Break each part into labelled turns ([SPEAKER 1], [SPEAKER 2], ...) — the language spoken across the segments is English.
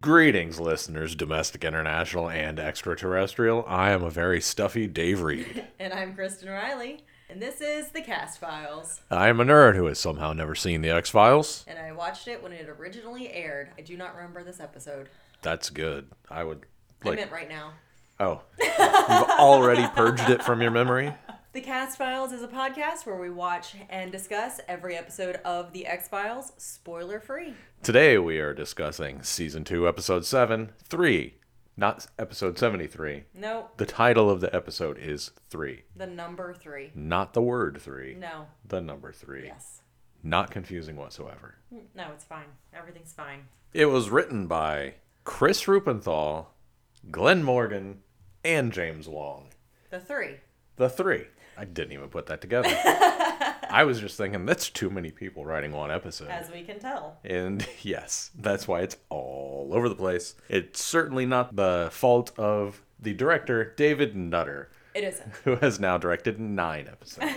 [SPEAKER 1] Greetings, listeners, domestic, international, and extraterrestrial. I am a very stuffy Dave Reed.
[SPEAKER 2] And I'm Kristen Riley, and this is The Cast Files.
[SPEAKER 1] I am a nerd who has somehow never seen The X Files.
[SPEAKER 2] And I watched it when it originally aired. I do not remember this episode.
[SPEAKER 1] That's good. I would
[SPEAKER 2] I
[SPEAKER 1] like.
[SPEAKER 2] meant right now.
[SPEAKER 1] oh, you've already purged it from your memory.
[SPEAKER 2] The Cast Files is a podcast where we watch and discuss every episode of The X Files, spoiler free.
[SPEAKER 1] Today we are discussing season two, episode seven, three, not episode seventy-three.
[SPEAKER 2] No,
[SPEAKER 1] The title of the episode is three,
[SPEAKER 2] the number three.
[SPEAKER 1] not the word three.
[SPEAKER 2] No.
[SPEAKER 1] The number three.
[SPEAKER 2] Yes.
[SPEAKER 1] Not confusing whatsoever.
[SPEAKER 2] No, it's fine. Everything's fine.
[SPEAKER 1] It was written by Chris Rupenthal, Glenn Morgan, and James Long.
[SPEAKER 2] The three.
[SPEAKER 1] The three. I didn't even put that together. I was just thinking that's too many people writing one episode.
[SPEAKER 2] As we can tell,
[SPEAKER 1] and yes, that's why it's all over the place. It's certainly not the fault of the director, David Nutter,
[SPEAKER 2] it isn't.
[SPEAKER 1] who has now directed nine episodes.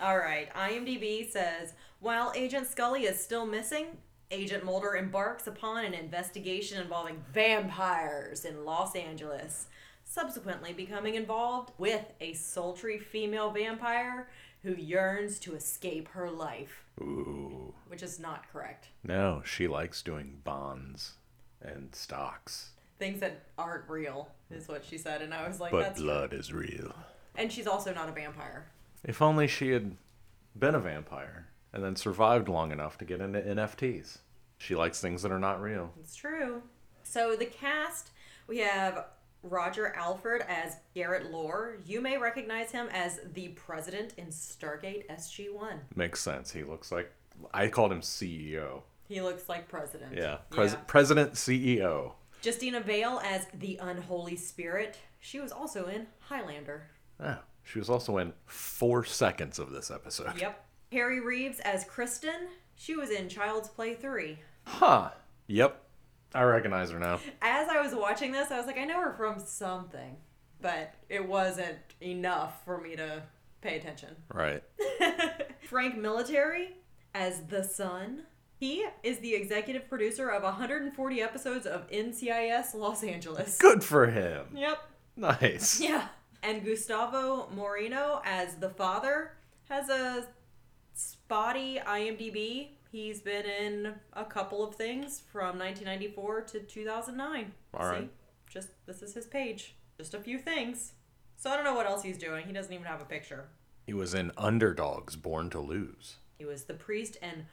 [SPEAKER 2] All right. IMDb says while Agent Scully is still missing, Agent Mulder embarks upon an investigation involving vampires in Los Angeles, subsequently becoming involved with a sultry female vampire who yearns to escape her life,
[SPEAKER 1] Ooh.
[SPEAKER 2] which is not correct.
[SPEAKER 1] No, she likes doing bonds and stocks,
[SPEAKER 2] Things that aren't real is what she said, and I was like,
[SPEAKER 1] but
[SPEAKER 2] "That's."
[SPEAKER 1] blood is real.
[SPEAKER 2] And she's also not a vampire.
[SPEAKER 1] If only she had been a vampire and then survived long enough to get into NFTs. She likes things that are not real.
[SPEAKER 2] It's true. So the cast, we have Roger Alford as Garrett Lore. You may recognize him as the president in Stargate SG-1.
[SPEAKER 1] Makes sense. He looks like I called him CEO.
[SPEAKER 2] He looks like president.
[SPEAKER 1] Yeah. Pres- President E CEO.
[SPEAKER 2] Justina Vale as the Unholy Spirit. She was also in Highlander.
[SPEAKER 1] Oh, she was also in four seconds of this episode.
[SPEAKER 2] Yep. Harry Reeves as Kristen. She was in Child's Play 3.
[SPEAKER 1] Huh. Yep. I recognize her now.
[SPEAKER 2] As I was watching this, I was like, I know her from something, but it wasn't enough for me to pay attention.
[SPEAKER 1] Right.
[SPEAKER 2] Frank Military as the son. He is the executive producer of 140 episodes of NCIS Los Angeles.
[SPEAKER 1] Good for him.
[SPEAKER 2] Yep.
[SPEAKER 1] Nice.
[SPEAKER 2] Yeah. And Gustavo Moreno as the father has a spotty IMDb. He's been in a couple of things from 1994 to 2009.
[SPEAKER 1] All right.
[SPEAKER 2] Just this is his page. Just a few things. So I don't know what else he's doing. He doesn't even have a picture.
[SPEAKER 1] He was in Underdogs Born to Lose.
[SPEAKER 2] He was the priest and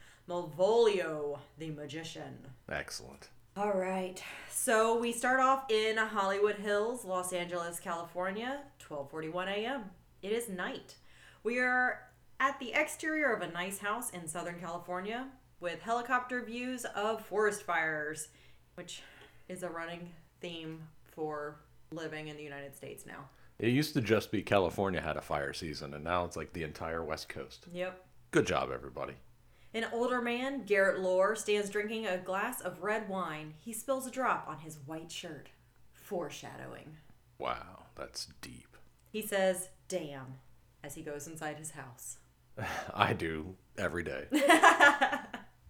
[SPEAKER 2] Malvolio, the magician.
[SPEAKER 1] Excellent.
[SPEAKER 2] All right. So we start off in Hollywood Hills, Los Angeles, California, 12:41 a.m. It is night. We are at the exterior of a nice house in Southern California with helicopter views of forest fires, which is a running theme for living in the United States now.
[SPEAKER 1] It used to just be California had a fire season, and now it's like the entire West Coast.
[SPEAKER 2] Yep.
[SPEAKER 1] Good job, everybody.
[SPEAKER 2] An older man, Garrett Lore, stands drinking a glass of red wine. He spills a drop on his white shirt. Foreshadowing.
[SPEAKER 1] Wow, that's deep.
[SPEAKER 2] He says, damn, as he goes inside his house.
[SPEAKER 1] I do every day.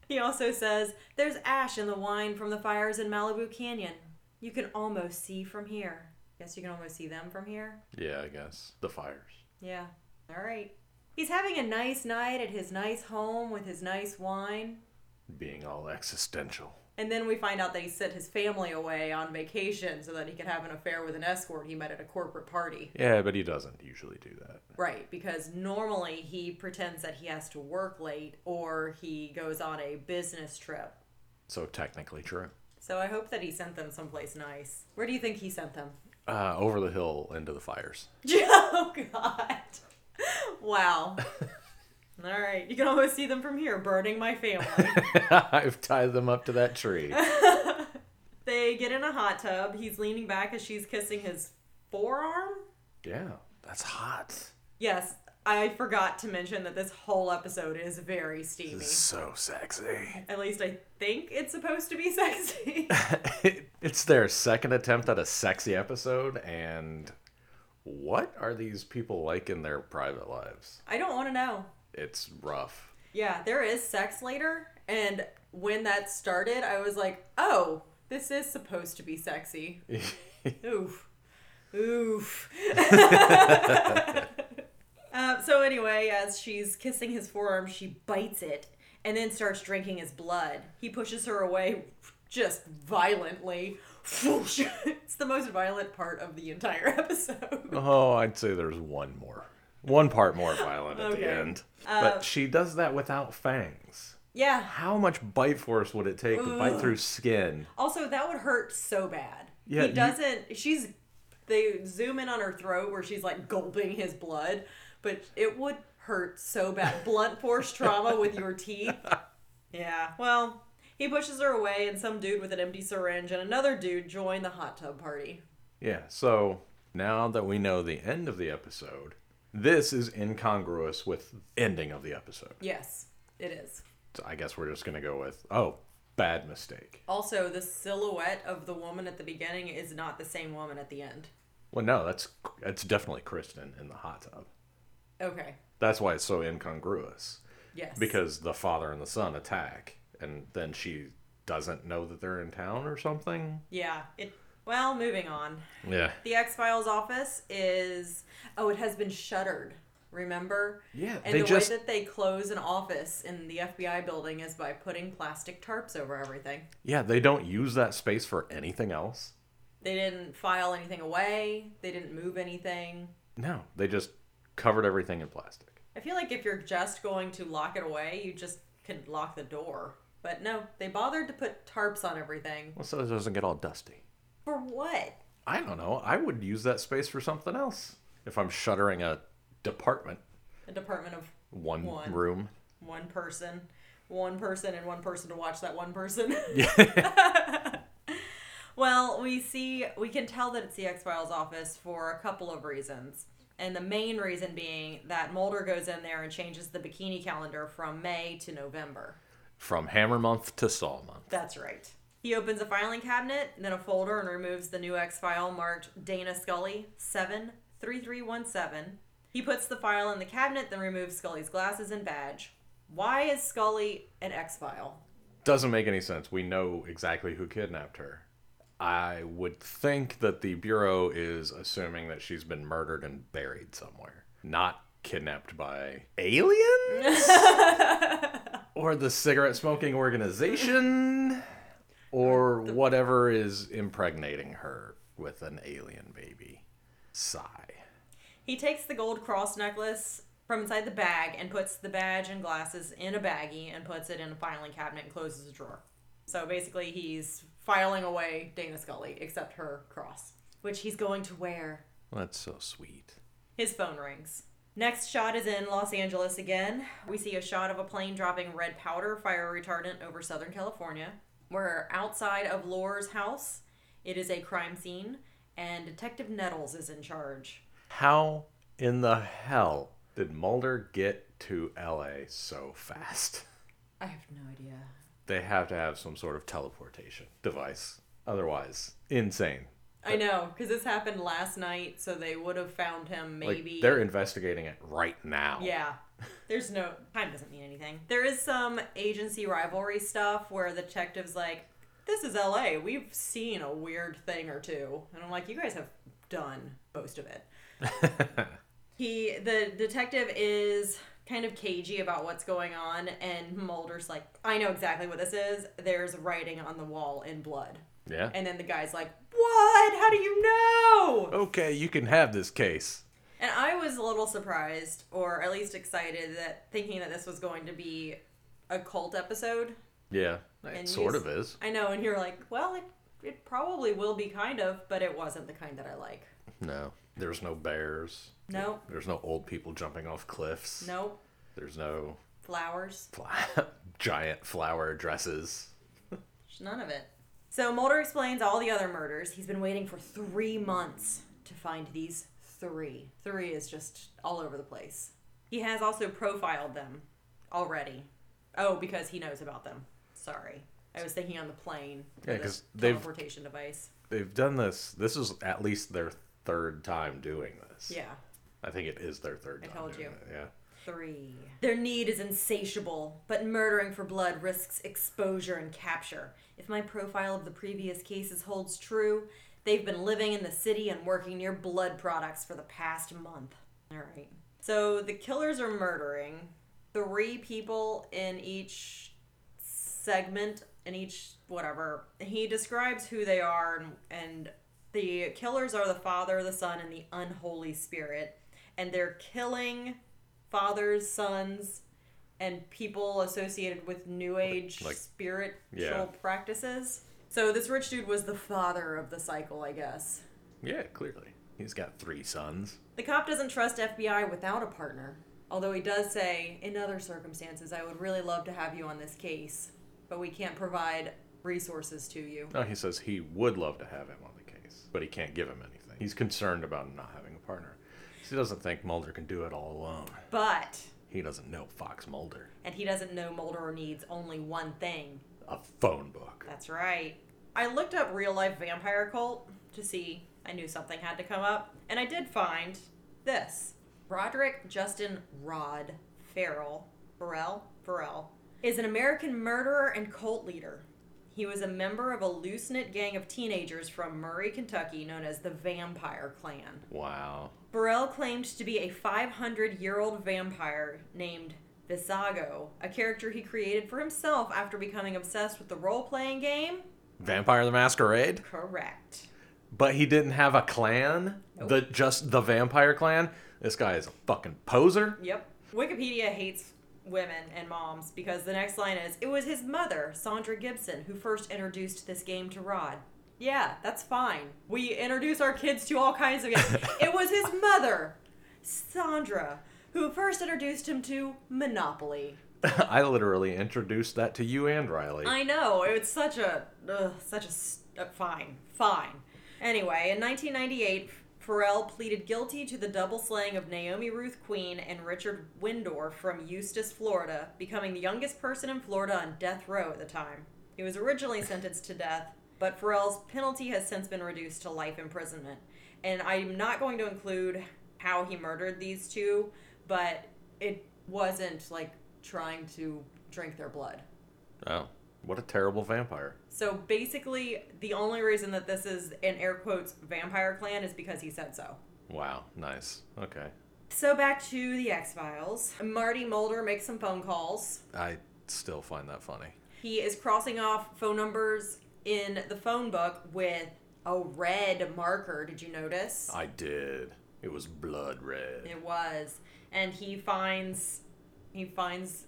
[SPEAKER 2] He also says, there's ash in the wine from the fires in Malibu Canyon. You can almost see from here. Yes, you can almost see them from here.
[SPEAKER 1] yeah, I guess. The fires.
[SPEAKER 2] Yeah. All right. He's having a nice night at his nice home with his nice wine.
[SPEAKER 1] Being all existential.
[SPEAKER 2] And then we find out that he sent his family away on vacation so that he could have an affair with an escort he met at a corporate party.
[SPEAKER 1] Yeah, but he doesn't usually do that.
[SPEAKER 2] Right, because normally he pretends that he has to work late or he goes on a business trip.
[SPEAKER 1] So technically true.
[SPEAKER 2] So I hope that he sent them someplace nice. Where do you think he sent them?
[SPEAKER 1] Uh, over the hill into the fires.
[SPEAKER 2] Oh, God. Wow. All right. You can almost see them from here burning my family.
[SPEAKER 1] I've tied them up to that tree.
[SPEAKER 2] they get in a hot tub. He's leaning back as she's kissing his forearm.
[SPEAKER 1] yeah, that's hot.
[SPEAKER 2] Yes, I forgot to mention that this whole episode is very steamy.
[SPEAKER 1] It's so sexy.
[SPEAKER 2] At least I think it's supposed to be sexy.
[SPEAKER 1] it's their second attempt at a sexy episode, and what are these people like in their private lives?
[SPEAKER 2] I don't want to know.
[SPEAKER 1] It's rough.
[SPEAKER 2] Yeah, there is sex later, and when that started, I was like, oh, this is supposed to be sexy. Oof. Oof. uh, so, anyway, as she's kissing his forearm, she bites it and then starts drinking his blood. He pushes her away just violently. Whoosh. it's the most violent part of the entire episode.
[SPEAKER 1] Oh, I'd say there's one more. One part more violent at
[SPEAKER 2] Okay.
[SPEAKER 1] the end. but she does that without fangs.
[SPEAKER 2] Yeah.
[SPEAKER 1] How much bite force would it take to bite through skin?
[SPEAKER 2] Also, that would hurt so bad.
[SPEAKER 1] Yeah,
[SPEAKER 2] he
[SPEAKER 1] you-
[SPEAKER 2] doesn't. She's. They zoom in on her throat where she's like gulping his blood, but it would hurt so bad. Blunt force trauma with your teeth. Yeah. Well, he pushes her away, and some dude with an empty syringe and another dude join the hot tub party.
[SPEAKER 1] Yeah, so now that we know the end of the episode, this is incongruous with ending of the episode.
[SPEAKER 2] Yes, it is.
[SPEAKER 1] So I guess we're just going to go with, oh, bad mistake.
[SPEAKER 2] Also, the silhouette of the woman at the beginning is not the same woman at the end.
[SPEAKER 1] Well, no, that's that's definitely Kristen in the hot tub.
[SPEAKER 2] Okay.
[SPEAKER 1] That's why it's so incongruous
[SPEAKER 2] Yes.
[SPEAKER 1] because the father and the son attack and then she doesn't know that they're in town or something.
[SPEAKER 2] Yeah. It. Well, moving on.
[SPEAKER 1] Yeah.
[SPEAKER 2] The X Files office is oh, it has been shuttered. Remember?
[SPEAKER 1] Yeah,
[SPEAKER 2] And
[SPEAKER 1] they
[SPEAKER 2] the
[SPEAKER 1] just-
[SPEAKER 2] way that they close an office in the FBI building is by putting plastic tarps over everything.
[SPEAKER 1] Yeah, they don't use that space for anything else.
[SPEAKER 2] They didn't file anything away. They didn't move anything.
[SPEAKER 1] No, they just covered everything in plastic.
[SPEAKER 2] I feel like if you're just going to lock it away, you just could lock the door. But no, they bothered to put tarps on everything.
[SPEAKER 1] Well, so it doesn't get all dusty.
[SPEAKER 2] For what?
[SPEAKER 1] I don't know. I would use that space for something else. If I'm shuttering a department,
[SPEAKER 2] A department of
[SPEAKER 1] one,
[SPEAKER 2] One.
[SPEAKER 1] room.
[SPEAKER 2] one person, one person, and one person to watch that one person. well, we see, we can tell that it's the X Files office for a couple of reasons. And the main reason being that Mulder goes in there and changes the bikini calendar from May to November.
[SPEAKER 1] From hammer month to saw month.
[SPEAKER 2] That's right. He opens a filing cabinet, then a folder, and removes the new X file marked Dana Scully 73317. He puts the file in the cabinet, then removes Scully's glasses and badge. Why is Scully an X file?
[SPEAKER 1] Doesn't make any sense. We know exactly who kidnapped her. I would think that the Bureau is assuming that she's been murdered and buried somewhere, not kidnapped by aliens? or the cigarette smoking organization? Or whatever is impregnating her with an alien baby. Sigh.
[SPEAKER 2] He takes the gold cross necklace from inside the bag and puts the badge and glasses in a baggie and puts it in a filing cabinet and closes the drawer. So basically, he's filing away Dana Scully, except her cross, which he's going to wear
[SPEAKER 1] That's so sweet.
[SPEAKER 2] His phone rings. Next shot is in Los Angeles again. We see a shot of a plane dropping red powder, fire retardant, over Southern California. We're outside of Lore's house. It is a crime scene, and Detective Nettles is in charge.
[SPEAKER 1] How in the hell did Mulder get to LA so fast?
[SPEAKER 2] I have no idea.
[SPEAKER 1] They have to have some sort of teleportation device. Otherwise, insane.
[SPEAKER 2] I know, because this happened last night, so they would have found him
[SPEAKER 1] Like
[SPEAKER 2] maybe.
[SPEAKER 1] they're investigating it right now.
[SPEAKER 2] Yeah. There's no time doesn't mean anything. There is some agency rivalry stuff where the detective's like, This is LA. We've seen a weird thing or two. And I'm like, You guys have done most of it. he the detective is kind of cagey about what's going on and Mulder's like, I know exactly what this is. There's writing on the wall in blood.
[SPEAKER 1] Yeah.
[SPEAKER 2] And then the guy's like, What? How do you know?
[SPEAKER 1] okay, you can have this case.
[SPEAKER 2] And I was a little surprised, or at least excited, that thinking that this was going to be a cult episode.
[SPEAKER 1] Yeah. It
[SPEAKER 2] And
[SPEAKER 1] sort
[SPEAKER 2] use-
[SPEAKER 1] of is.
[SPEAKER 2] I know, and you're like, well, it, it probably will be kind of, but it wasn't the kind that I like.
[SPEAKER 1] No. There's no bears.
[SPEAKER 2] No,
[SPEAKER 1] There's no old people jumping off cliffs.
[SPEAKER 2] no,
[SPEAKER 1] There's no
[SPEAKER 2] flowers,
[SPEAKER 1] fla- giant flower dresses.
[SPEAKER 2] There's none of it. So Mulder explains all the other murders. He's been waiting for three months to find these three. Three is just all over the place. He has also profiled them already. Oh, because he knows about them. Sorry. I was thinking on the plane. for
[SPEAKER 1] Yeah,
[SPEAKER 2] the
[SPEAKER 1] 'cause they've-
[SPEAKER 2] teleportation device.
[SPEAKER 1] They've done this. This is at least their third time doing this.
[SPEAKER 2] Yeah.
[SPEAKER 1] I think it is their third
[SPEAKER 2] I
[SPEAKER 1] time.
[SPEAKER 2] told
[SPEAKER 1] doing
[SPEAKER 2] you.
[SPEAKER 1] it, Yeah.
[SPEAKER 2] Three. Their need is insatiable, but murdering for blood risks exposure and capture. If my profile of the previous cases holds true, they've been living in the city and working near blood products for the past month. All right. So the killers are murdering three people in each segment in each whatever. He describes who they are, and, and the killers are the Father, the Son, and the Unholy Spirit, and they're killing fathers, sons, and people associated with New Age
[SPEAKER 1] like-
[SPEAKER 2] spiritual
[SPEAKER 1] Yeah.
[SPEAKER 2] practices. So this rich dude was the father of the cycle, I guess.
[SPEAKER 1] Yeah, clearly. He's got three sons.
[SPEAKER 2] The cop doesn't trust FBI without a partner, although he does say, in other circumstances, I would really love to have you on this case, but we can't provide resources to you.
[SPEAKER 1] No, he says he would love to have him on the case, but he can't give him anything. He's concerned about him not having a partner. He doesn't think Mulder can do it all alone.
[SPEAKER 2] But,
[SPEAKER 1] He doesn't know Fox Mulder.
[SPEAKER 2] and he doesn't know Mulder needs only one thing.
[SPEAKER 1] A phone book.
[SPEAKER 2] That's right. I looked up real life vampire cult to see. I knew something had to come up, and I did find this Roderick Justin Rod Farrell. Farrell? Farrell. Is an American murderer and cult leader. He was a member of a loose knit gang of teenagers from Murray, Kentucky, known as the Vampire Clan.
[SPEAKER 1] Wow.
[SPEAKER 2] Burrell claimed to be a 500 year old vampire named Visago, a character he created for himself after becoming obsessed with the role playing game.
[SPEAKER 1] Vampire the Masquerade?
[SPEAKER 2] Correct.
[SPEAKER 1] But he didn't have a clan? The just the vampire clan? This guy is a fucking poser.
[SPEAKER 2] Yep. Wikipedia hates women and moms because the next line is It was his mother, Sandra Gibson, who first introduced this game to Rod. Yeah, that's fine. We introduce our kids to all kinds of games. it was his mother, Sandra, who first introduced him to Monopoly.
[SPEAKER 1] I literally introduced that to you and Riley.
[SPEAKER 2] I know it's such a ugh, such a s- uh, fine fine. Anyway, in 1998, Pharrell pleaded guilty to the double slaying of Naomi Ruth Queen and Richard Windor from Eustis, Florida, becoming the youngest person in Florida on death row at the time. He was originally sentenced to death, but Pharrell's penalty has since been reduced to life imprisonment. And I'm not going to include how he murdered these two, but it wasn't like trying to drink their blood.
[SPEAKER 1] Oh. What a terrible vampire.
[SPEAKER 2] So basically, the only reason that this is an air quotes vampire clan is because he said so.
[SPEAKER 1] Wow. Nice. Okay.
[SPEAKER 2] So back to the X Files. Marty Mulder makes some phone calls.
[SPEAKER 1] I still find that funny.
[SPEAKER 2] He is crossing off phone numbers in the phone book with a red marker. Did you notice?
[SPEAKER 1] I did. It was blood red.
[SPEAKER 2] It was, and he finds, he finds,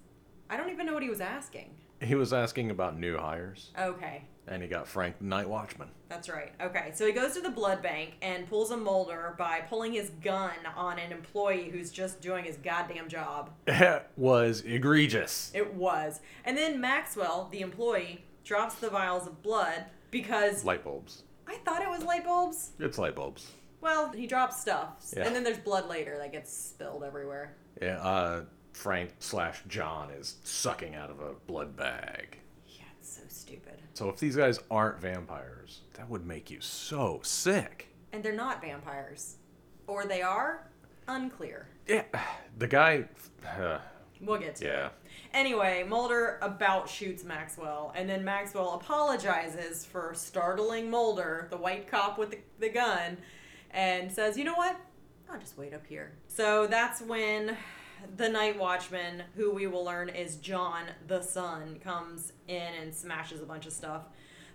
[SPEAKER 2] I don't even know what he was asking.
[SPEAKER 1] He was asking about new hires,
[SPEAKER 2] Okay,
[SPEAKER 1] and he got Frank the Night Watchman.
[SPEAKER 2] That's right. Okay, so he goes to the blood bank and pulls a Mulder by pulling his gun on an employee who's just doing his goddamn job.
[SPEAKER 1] It was egregious.
[SPEAKER 2] It was. And then Maxwell, the employee, drops the vials of blood because
[SPEAKER 1] Light bulbs.
[SPEAKER 2] I thought it was light bulbs.
[SPEAKER 1] It's light bulbs.
[SPEAKER 2] Well, he drops stuff.
[SPEAKER 1] Yeah.
[SPEAKER 2] And then there's blood later that gets spilled everywhere.
[SPEAKER 1] Yeah, uh, Frank slash John is sucking out of a blood bag.
[SPEAKER 2] Yeah, it's so stupid.
[SPEAKER 1] So if these guys aren't vampires, that would make you so sick.
[SPEAKER 2] And they're not vampires. Or they are? Unclear.
[SPEAKER 1] Yeah, the guy.
[SPEAKER 2] We'll get to it.
[SPEAKER 1] yeah.
[SPEAKER 2] Anyway, Mulder about shoots Maxwell, and then Maxwell apologizes for startling Mulder, the white cop with the, the gun, and says, You know what? I'll just wait up here. So that's when the night watchman, who we will learn is John the Sun, comes in and smashes a bunch of stuff.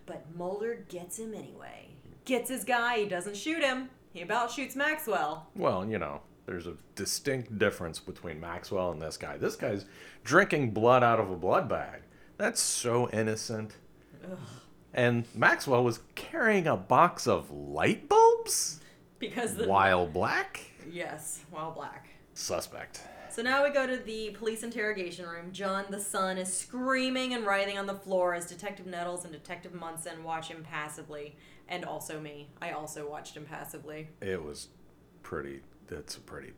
[SPEAKER 2] But Mulder gets him anyway. Gets his guy, he doesn't shoot him. He about shoots Maxwell.
[SPEAKER 1] Well, you know, there's a distinct difference between Maxwell and this guy. This guy's drinking blood out of a blood bag. That's so innocent. And Maxwell was carrying a box of light bulbs
[SPEAKER 2] Because the.
[SPEAKER 1] while black.
[SPEAKER 2] Yes, while black.
[SPEAKER 1] Suspect.
[SPEAKER 2] So now we go to the police interrogation room. John the son is screaming and writhing on the floor as Detective Nettles and Detective Munson watch him passively, and also me. I also watched him passively.
[SPEAKER 1] It was pretty. That's pretty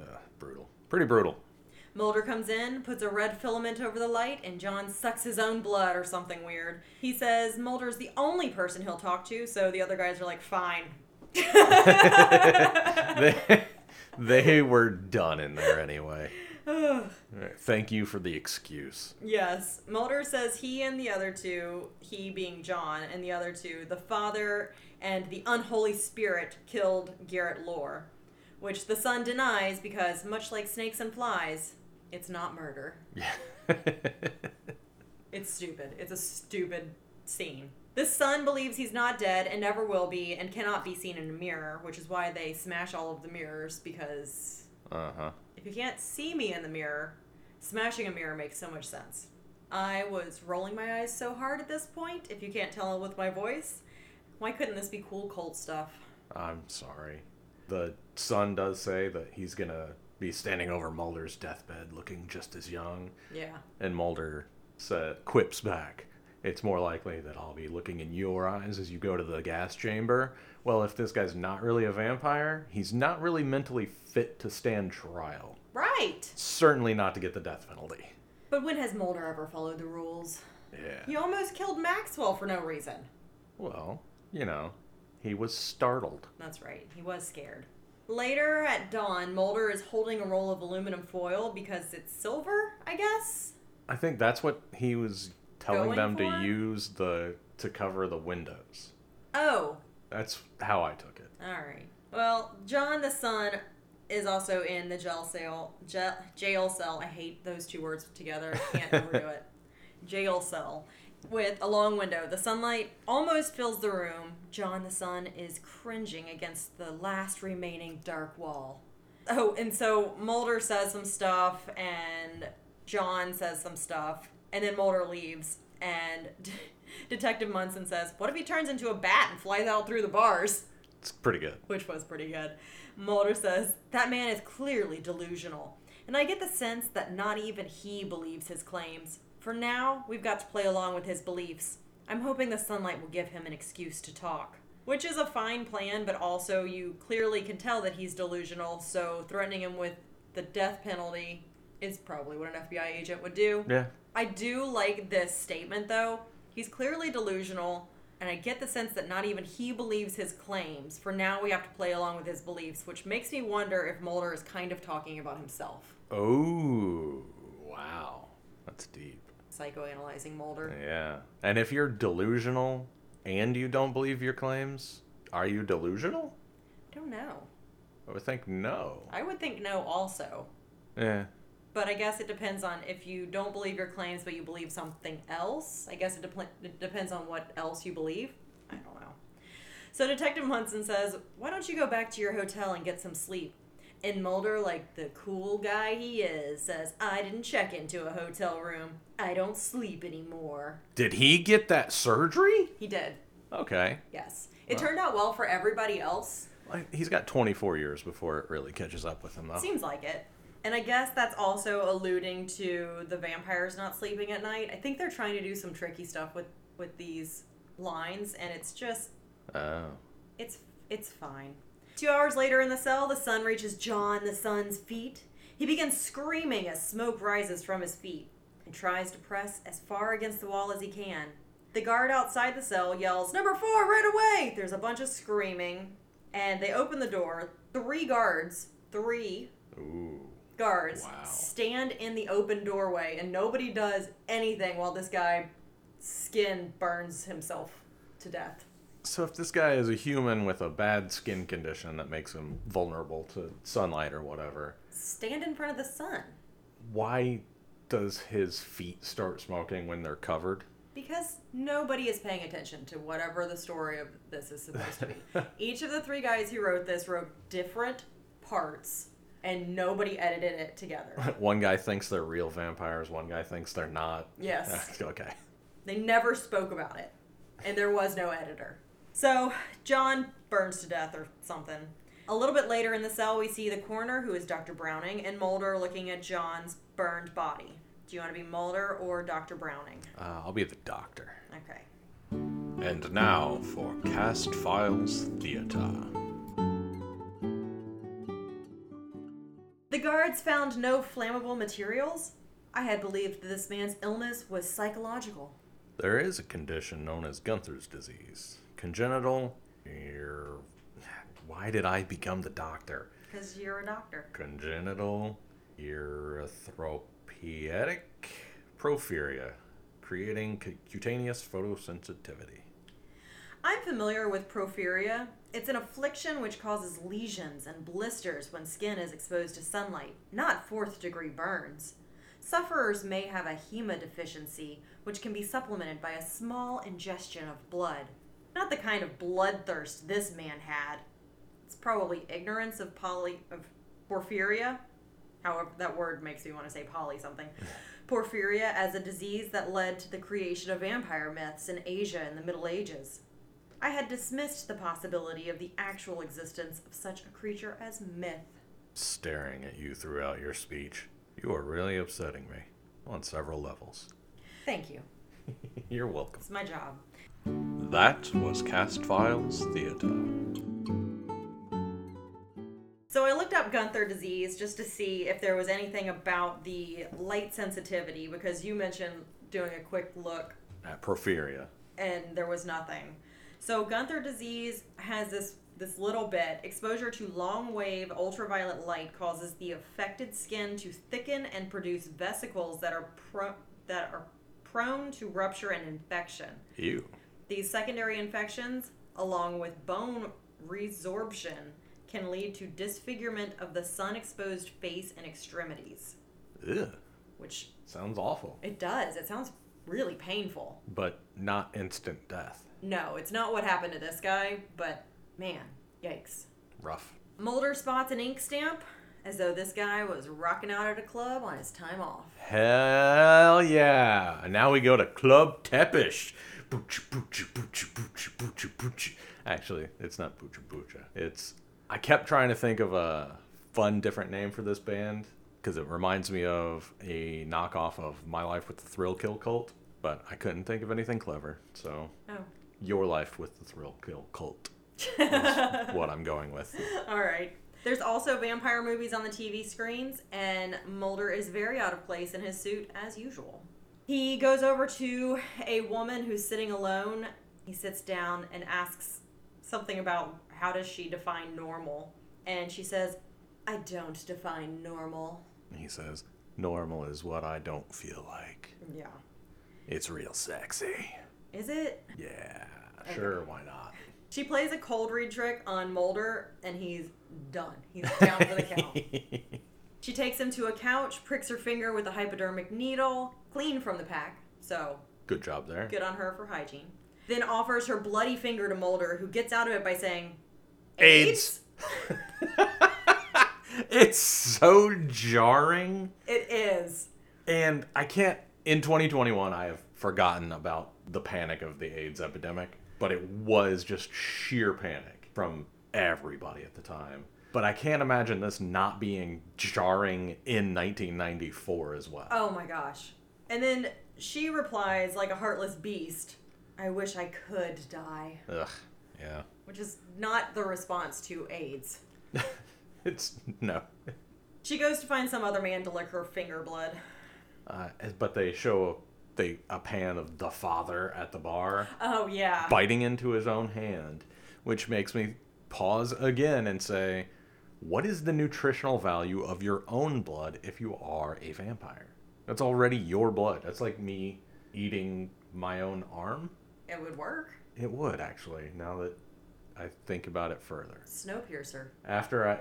[SPEAKER 1] uh, brutal. Pretty brutal.
[SPEAKER 2] Mulder comes in, puts a red filament over the light, and John sucks his own blood or something weird. He says Mulder's the only person he'll talk to, so the other guys are like, fine.
[SPEAKER 1] they, they were done in there anyway. Thank you for the excuse.
[SPEAKER 2] Yes. Mulder says he and the other two, he being John, and the other two, the father and the unholy spirit, killed Garrett Lore, which the son denies because, much like snakes and flies, it's not murder. It's stupid. It's a stupid scene. The son believes he's not dead and never will be and cannot be seen in a mirror, which is why they smash all of the mirrors because
[SPEAKER 1] uh huh.
[SPEAKER 2] if you can't see me in the mirror, smashing a mirror makes so much sense. I was rolling my eyes so hard at this point, if you can't tell with my voice. Why couldn't this be cool cult stuff?
[SPEAKER 1] I'm sorry. The son does say that he's gonna be standing over Mulder's deathbed looking just as young,
[SPEAKER 2] Yeah.
[SPEAKER 1] and Mulder sa quips back. It's more likely that I'll be looking in your eyes as you go to the gas chamber. Well, if this guy's not really a vampire, he's not really mentally fit to stand trial.
[SPEAKER 2] Right!
[SPEAKER 1] Certainly not to get the death penalty.
[SPEAKER 2] But when has Mulder ever followed the rules?
[SPEAKER 1] Yeah.
[SPEAKER 2] He almost killed Maxwell for no reason.
[SPEAKER 1] Well, you know, he was startled.
[SPEAKER 2] That's right. He was scared. Later at dawn, Mulder is holding a roll of aluminum foil because it's silver, I guess.
[SPEAKER 1] I think that's what he was telling
[SPEAKER 2] Going
[SPEAKER 1] them
[SPEAKER 2] for?
[SPEAKER 1] to use the to cover the windows.
[SPEAKER 2] Oh,
[SPEAKER 1] That's how I took it.
[SPEAKER 2] all right. Well, John the son is also in the jail cell. Jail, jail cell. I hate those two words together. I can't overdo it. Jail cell with a long window. The sunlight almost fills the room. John the son is cringing against the last remaining dark wall. Oh, and so Mulder says some stuff, and John says some stuff, and then Mulder leaves, and Detective Munson says, "What if he turns into a bat and flies out through the bars?"
[SPEAKER 1] It's pretty good.
[SPEAKER 2] which was pretty good. Mulder says, That man is clearly delusional. And I get the sense that not even he believes his claims. For now, we've got to play along with his beliefs. I'm hoping the sunlight will give him an excuse to talk. Which is a fine plan, but also you clearly can tell that he's delusional, so threatening him with the death penalty is probably what an FBI agent would do.
[SPEAKER 1] Yeah.
[SPEAKER 2] I do like this statement though. He's clearly delusional, and I get the sense that not even he believes his claims. For now, we have to play along with his beliefs, which makes me wonder if Mulder is kind of talking about himself,
[SPEAKER 1] Oh, wow. That's deep.
[SPEAKER 2] psychoanalyzing Mulder.
[SPEAKER 1] Yeah. And if you're delusional and you don't believe your claims, are you delusional?
[SPEAKER 2] I don't know.
[SPEAKER 1] I would think no.
[SPEAKER 2] I would think no, also.
[SPEAKER 1] Yeah.
[SPEAKER 2] But I guess it depends on if you don't believe your claims, but you believe something else. I guess it, depl it depends on what else you believe. I don't know. So Detective Munson says, Why don't you go back to your hotel and get some sleep? And Mulder, like the cool guy he is, says, I didn't check into a hotel room. I don't sleep anymore.
[SPEAKER 1] Did he get that surgery?
[SPEAKER 2] He did,
[SPEAKER 1] Okay.
[SPEAKER 2] yes. It turned out well for everybody else.
[SPEAKER 1] Like, He's got 24 years before it really catches up with him, though.
[SPEAKER 2] Seems like it. And I guess that's also alluding to the vampires not sleeping at night. I think they're trying to do some tricky stuff with with these lines and it's just
[SPEAKER 1] Oh.
[SPEAKER 2] it's it's fine. 2 hours later in the cell, the sun reaches John the sun's feet. He begins screaming as smoke rises from his feet and tries to press as far against the wall as he can. The guard outside the cell yells, Number four, right away! There's a bunch of screaming, and they open the door. Three guards, three
[SPEAKER 1] Ooh.
[SPEAKER 2] guards
[SPEAKER 1] Wow.
[SPEAKER 2] stand in the open doorway and nobody does anything while this guy skin burns himself to death.
[SPEAKER 1] So if this guy is a human with a bad skin condition that makes him vulnerable to sunlight or whatever,
[SPEAKER 2] Stand in front of the sun
[SPEAKER 1] why does his feet start smoking when they're covered?
[SPEAKER 2] because nobody is paying attention to whatever the story of this is supposed to be. Each of the three guys who wrote this wrote different parts and nobody edited it together.
[SPEAKER 1] One guy thinks they're real vampires, one guy thinks they're not.
[SPEAKER 2] Yes.
[SPEAKER 1] okay.
[SPEAKER 2] They never spoke about it, and there was no editor. So John burns to death or something. A little bit later in the cell, we see the coroner, who is Dr. Browning, and Mulder looking at John's burned body. Do you want to be Mulder or Dr. Browning?
[SPEAKER 1] Uh, I'll be the doctor.
[SPEAKER 2] Okay.
[SPEAKER 1] And now for Cast Files Theater.
[SPEAKER 2] The guards found no flammable materials. I had believed that this man's illness was psychological.
[SPEAKER 1] There is a condition known as Gunther's disease. Congenital. ear- Why did I become the doctor?
[SPEAKER 2] Because you're a doctor.
[SPEAKER 1] Congenital erythropoietic porphyria, creating cu- cutaneous photosensitivity.
[SPEAKER 2] I'm familiar with porphyria. It's an affliction which causes lesions and blisters when skin is exposed to sunlight, not fourth degree burns. Sufferers may have a HEMA deficiency, which can be supplemented by a small ingestion of blood. Not the kind of bloodthirst this man had. It's probably ignorance of poly of porphyria. However, that word makes me want to say poly something. porphyria as a disease that led to the creation of vampire myths in Asia in the Middle Ages. I had dismissed the possibility of the actual existence of such a creature as myth.
[SPEAKER 1] Staring at you throughout your speech, you are really upsetting me on several levels.
[SPEAKER 2] Thank you.
[SPEAKER 1] You're welcome.
[SPEAKER 2] It's my job.
[SPEAKER 1] That was Cast Files Theater.
[SPEAKER 2] So I looked up Gunther disease just to see if there was anything about the light sensitivity because you mentioned doing a quick look
[SPEAKER 1] At Porphyria.
[SPEAKER 2] and there was nothing. So Gunther disease has this this little bit exposure to long wave ultraviolet light causes the affected skin to thicken and produce vesicles that are pro- that are prone to rupture and infection.
[SPEAKER 1] Ew.
[SPEAKER 2] These secondary infections, along with bone resorption, can lead to disfigurement of the sun exposed face and extremities,
[SPEAKER 1] Ugh.
[SPEAKER 2] which
[SPEAKER 1] Sounds awful.
[SPEAKER 2] it does. It sounds really painful.
[SPEAKER 1] But not instant death.
[SPEAKER 2] No, it's not what happened to this guy, but man, yikes.
[SPEAKER 1] Rough.
[SPEAKER 2] Molder spots an ink stamp as though this guy was rocking out at a club on his time off.
[SPEAKER 1] Hell yeah. And now we go to Club Tepish. Boocha, boocha, boocha, boocha, boocha, boocha. Actually, it's not boocha, boocha. It's. I kept trying to think of a fun, different name for this band because it reminds me of a knockoff of My Life with the Thrill Kill Cult, but I couldn't think of anything clever, so
[SPEAKER 2] Oh,
[SPEAKER 1] Your Life with the Thrill Kill Cult is what I'm going with.
[SPEAKER 2] all right. There's also vampire movies on the TV screens, and Mulder is very out of place in his suit as usual. He goes over to a woman who's sitting alone. He sits down and asks something about how does she define normal, and she says, "I don't define normal."
[SPEAKER 1] He says, Normal is what I don't feel like.
[SPEAKER 2] Yeah.
[SPEAKER 1] It's real sexy.
[SPEAKER 2] Is it?
[SPEAKER 1] Yeah, sure, why not?
[SPEAKER 2] She plays a cold read trick on Mulder, and he's done. He's down for the count. She takes him to a couch, pricks her finger with a hypodermic needle, clean from the pack, so
[SPEAKER 1] Good job there.
[SPEAKER 2] good on her for hygiene. Then offers her bloody finger to Mulder, who gets out of it by saying,
[SPEAKER 1] AIDS. it's so jarring,
[SPEAKER 2] It is.
[SPEAKER 1] and I can't. In 2021, I have forgotten about the panic of the AIDS epidemic, but it was just sheer panic from everybody at the time. But I can't imagine this not being jarring in 1994 as well.
[SPEAKER 2] Oh my gosh. And then she replies, like a heartless beast, I wish I could die,
[SPEAKER 1] Ugh, yeah.
[SPEAKER 2] which is not the response to AIDS.
[SPEAKER 1] It's no.
[SPEAKER 2] She goes to find some other man to lick her finger blood.
[SPEAKER 1] Uh, but they show a, they a pan of the father at the bar
[SPEAKER 2] Oh, yeah.
[SPEAKER 1] biting into his own hand, which makes me pause again and say, what is the nutritional value of your own blood if you are a vampire? That's already your blood. That's like me eating my own arm.
[SPEAKER 2] It would work.
[SPEAKER 1] It would actually, now that I think about it further.
[SPEAKER 2] Snowpiercer.
[SPEAKER 1] After I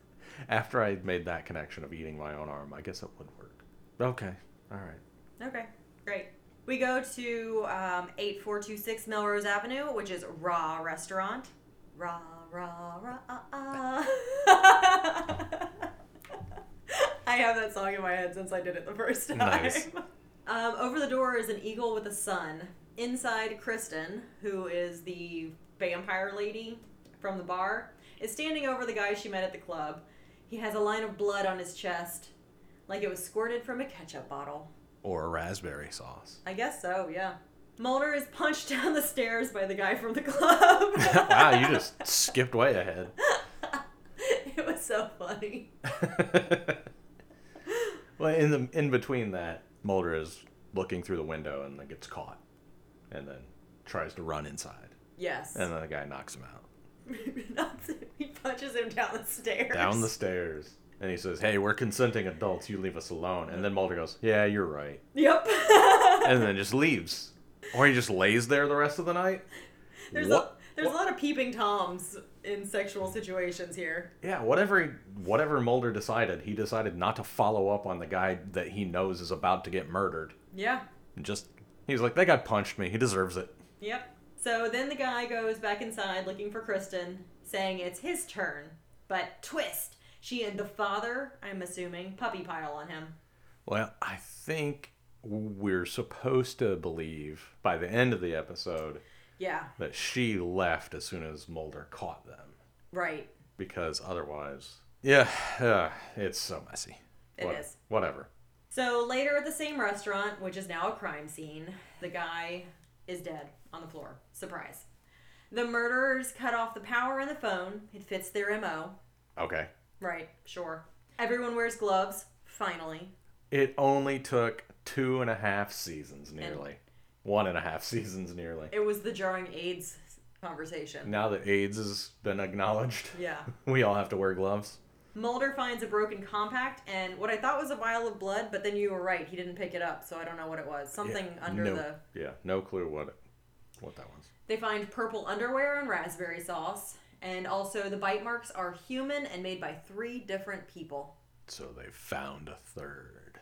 [SPEAKER 1] after I made that connection of eating my own arm, I guess it would work. Okay. All right.
[SPEAKER 2] Okay, great. We go to um, 8426 Melrose Avenue, which is Raw Restaurant. Raw, raw, raw. ah, ah. I have that song in my head since I did it the first time.
[SPEAKER 1] Nice.
[SPEAKER 2] Um, over the door is an eagle with a sun. Inside, Kristen, who is the vampire lady from the bar, is standing over the guy she met at the club. He has a line of blood on his chest, like it was squirted from a ketchup bottle.
[SPEAKER 1] or raspberry sauce.
[SPEAKER 2] I guess so, yeah. Mulder is punched down the stairs by the guy from the club.
[SPEAKER 1] wow, you just skipped way ahead.
[SPEAKER 2] it was so funny.
[SPEAKER 1] well, in the in between that, Mulder is looking through the window and then gets caught, and then tries to run inside,
[SPEAKER 2] Yes.
[SPEAKER 1] and then the guy knocks him out
[SPEAKER 2] he punches him down the stairs.
[SPEAKER 1] down the stairs. And he says, "Hey, we're consenting adults. You leave us alone." And then Mulder goes, "Yeah, you're right,"
[SPEAKER 2] Yep.
[SPEAKER 1] and then just leaves, or he just lays there the rest of the night.
[SPEAKER 2] there's a
[SPEAKER 1] What-
[SPEAKER 2] there's a lot of peeping toms in sexual situations here.
[SPEAKER 1] Yeah, whatever he, whatever Mulder decided, he decided not to follow up on the guy that he knows is about to get murdered.
[SPEAKER 2] Yeah.
[SPEAKER 1] And just he's like, that guy punched me. He deserves it.
[SPEAKER 2] Yep. So then the guy goes back inside looking for Kristen, saying it's his turn. But twist, she and the father, I'm assuming, puppy pile on him.
[SPEAKER 1] Well, I think we're supposed to believe by the end of the episode
[SPEAKER 2] Yeah.
[SPEAKER 1] that she left as soon as Mulder caught them,
[SPEAKER 2] Right.
[SPEAKER 1] because otherwise, yeah, uh, it's so messy.
[SPEAKER 2] It
[SPEAKER 1] It is.
[SPEAKER 2] is.
[SPEAKER 1] Whatever.
[SPEAKER 2] So later at the same restaurant, which is now a crime scene, the guy is dead on the floor. Surprise. The murderers cut off the power and the phone. It fits their MO.
[SPEAKER 1] Okay.
[SPEAKER 2] Right, sure. Everyone wears gloves, finally.
[SPEAKER 1] It only took two and a half seasons, nearly. One and a half seasons, nearly.
[SPEAKER 2] It was the jarring AIDS conversation.
[SPEAKER 1] Now that AIDS has been acknowledged,
[SPEAKER 2] Yeah.
[SPEAKER 1] we all have to wear gloves.
[SPEAKER 2] Mulder finds a broken compact and what I thought was a vial of blood, but then you were right. He didn't pick it up, so I don't know what it was. Something under
[SPEAKER 1] no,
[SPEAKER 2] the.
[SPEAKER 1] Yeah, no clue what it, what that was.
[SPEAKER 2] They find purple underwear and raspberry sauce, and also the bite marks are human and made by three different people,
[SPEAKER 1] So they found a third.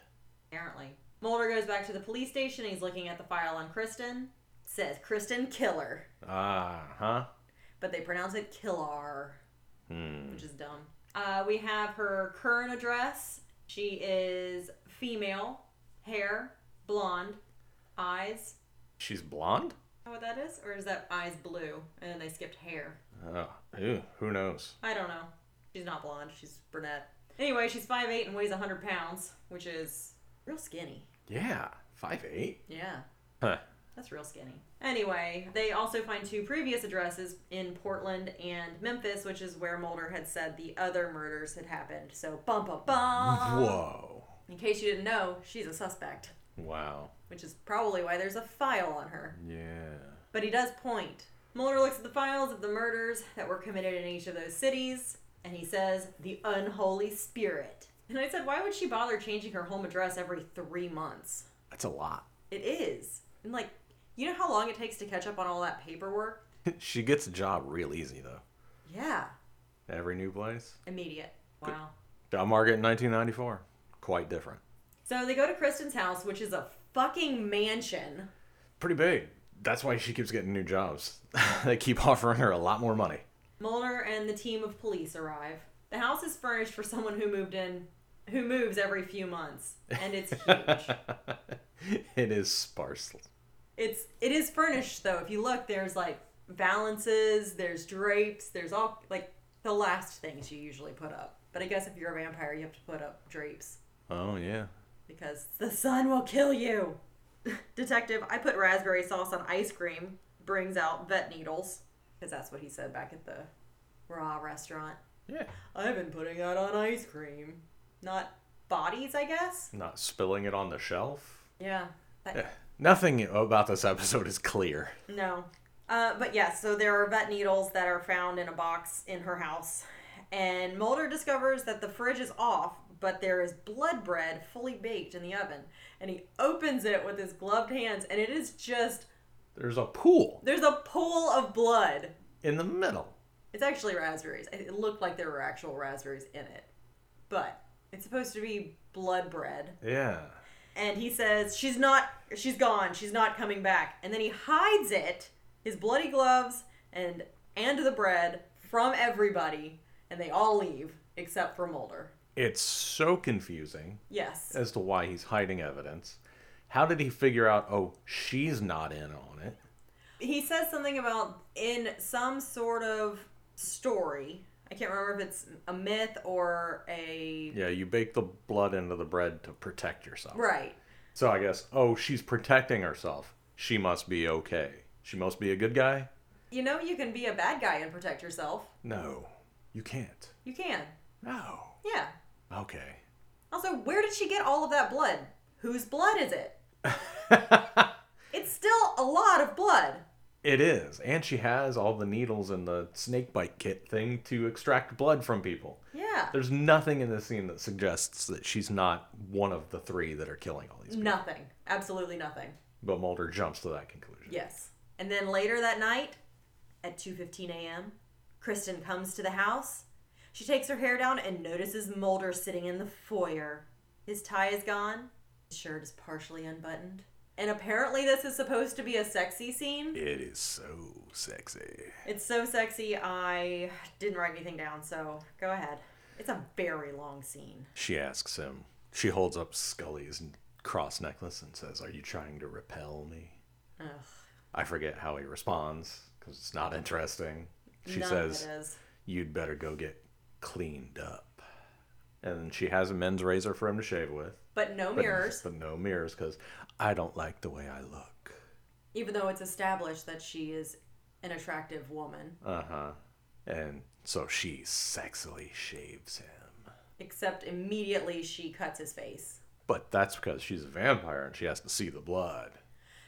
[SPEAKER 2] apparently. Mulder goes back to the police station. He's looking at the file on Kristen. It says Kristen Killer,
[SPEAKER 1] Ah, huh?
[SPEAKER 2] but they pronounce it Killar, which is dumb. Uh, we have her current address. She is female, hair, blonde, eyes.
[SPEAKER 1] She's blonde?
[SPEAKER 2] Is that what that is? Or is that eyes blue and then they skipped hair?
[SPEAKER 1] Oh, ew, who knows?
[SPEAKER 2] I don't know. She's not blonde. She's brunette. Anyway, she's 5'8 and weighs 100 pounds, which is real skinny.
[SPEAKER 1] Yeah, five eight.
[SPEAKER 2] Yeah,
[SPEAKER 1] Huh.
[SPEAKER 2] that's real skinny. Anyway, they also find two previous addresses in Portland and Memphis, which is where Mulder had said the other murders had happened. So, bum bum bum.
[SPEAKER 1] Whoa.
[SPEAKER 2] In case you didn't know, she's a suspect,
[SPEAKER 1] Wow.
[SPEAKER 2] which is probably why there's a file on her.
[SPEAKER 1] Yeah.
[SPEAKER 2] But he does point. Mulder looks at the files of the murders that were committed in each of those cities, and he says, the unholy spirit. And I said, why would she bother changing her home address every three months?
[SPEAKER 1] That's a lot.
[SPEAKER 2] It is. And like, you know how long it takes to catch up on all that paperwork?
[SPEAKER 1] she gets a job real easy though.
[SPEAKER 2] Yeah.
[SPEAKER 1] Every new place.
[SPEAKER 2] Immediate. Wow.
[SPEAKER 1] Job market in 1994. Quite different.
[SPEAKER 2] So they go to Kristen's house, which is a fucking mansion.
[SPEAKER 1] Pretty big. That's why she keeps getting new jobs. they keep offering her a lot more money.
[SPEAKER 2] Mulder and the team of police arrive. The house is furnished for someone who moved in, who moves every few months, and it's huge.
[SPEAKER 1] it is sparse.
[SPEAKER 2] It's it is furnished though. If you look, there's like valances, there's drapes, there's all like the last things you usually put up. But I guess if you're a vampire, you have to put up drapes
[SPEAKER 1] Oh yeah.
[SPEAKER 2] because the sun will kill you. Detective, I put raspberry sauce on ice cream. Brings out vet needles because that's what he said back at the raw restaurant.
[SPEAKER 1] Yeah.
[SPEAKER 2] I've been putting that on ice cream, not bodies, I guess.
[SPEAKER 1] Not spilling it on the shelf.
[SPEAKER 2] Yeah. That-
[SPEAKER 1] Nothing about this episode is clear.
[SPEAKER 2] No. Uh, but yes, so there are vet needles that are found in a box in her house. And Mulder discovers that the fridge is off, but there is blood bread fully baked in the oven. And he opens it with his gloved hands, and it is just
[SPEAKER 1] There's a pool
[SPEAKER 2] there's a pool of blood.
[SPEAKER 1] in the middle.
[SPEAKER 2] It's actually raspberries. It looked like there were actual raspberries in it. But it's supposed to be blood bread.
[SPEAKER 1] Yeah.
[SPEAKER 2] and he says she's not she's gone she's not coming back and then he hides it his bloody gloves and and the bread from everybody and they all leave except for mulder
[SPEAKER 1] It's so confusing
[SPEAKER 2] yes
[SPEAKER 1] as to why he's hiding evidence. How did he figure out, oh, she's not in on it?
[SPEAKER 2] he says something about in some sort of story i can't remember if it's a myth or a
[SPEAKER 1] Yeah, you bake the blood into the bread to protect yourself.
[SPEAKER 2] right
[SPEAKER 1] So I guess, oh, she's protecting herself. She must be okay. She must be a good guy?
[SPEAKER 2] you know you can be a bad guy and protect yourself
[SPEAKER 1] No. You can't.
[SPEAKER 2] you can
[SPEAKER 1] No.
[SPEAKER 2] yeah
[SPEAKER 1] Okay.
[SPEAKER 2] also where did she get all of that blood whose blood is it it's still a lot of blood
[SPEAKER 1] It is. And she has all the needles and the snake bite kit thing to extract blood from people.
[SPEAKER 2] Yeah.
[SPEAKER 1] There's nothing in this scene that suggests that she's not one of the three that are killing all these people.
[SPEAKER 2] Nothing. Absolutely nothing.
[SPEAKER 1] But Mulder jumps to that conclusion.
[SPEAKER 2] Yes. And then later that night, at 2:15 a.m., Kristen comes to the house. She takes her hair down and notices Mulder sitting in the foyer. His tie is gone. His shirt is partially unbuttoned. And apparently this is supposed to be a sexy scene.
[SPEAKER 1] It is so sexy.
[SPEAKER 2] It's so sexy I didn't write anything down, so go ahead. It's a very long scene.
[SPEAKER 1] She asks him. She holds up Scully's cross necklace and says, Are you trying to repel me?
[SPEAKER 2] Ugh.
[SPEAKER 1] I forget how he responds because it's not interesting. She
[SPEAKER 2] none
[SPEAKER 1] says,
[SPEAKER 2] of it is.
[SPEAKER 1] You'd better go get cleaned up. And she has a men's razor for him to shave with.
[SPEAKER 2] But no
[SPEAKER 1] But,
[SPEAKER 2] mirrors,
[SPEAKER 1] But no mirrors because I don't like the way I look.
[SPEAKER 2] even though it's established that she is an attractive woman.
[SPEAKER 1] Uh huh. And so she sexily shaves him.
[SPEAKER 2] except immediately she cuts his face.
[SPEAKER 1] But that's because she's a vampire and she has to see the blood.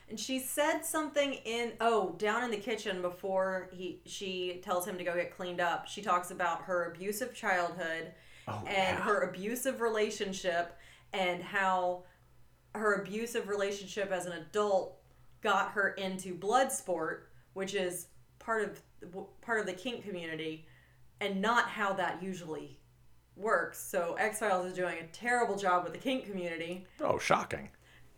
[SPEAKER 2] And she said something in oh, down in the kitchen before he she tells him to go get cleaned up. She talks about her abusive childhood
[SPEAKER 1] Oh,
[SPEAKER 2] and
[SPEAKER 1] yeah.
[SPEAKER 2] her abusive relationship and how her abusive relationship as an adult got her into blood sport, which is part of part of the kink community and not how that usually works. So X-Files is doing a terrible job with the kink community.
[SPEAKER 1] Oh, shocking.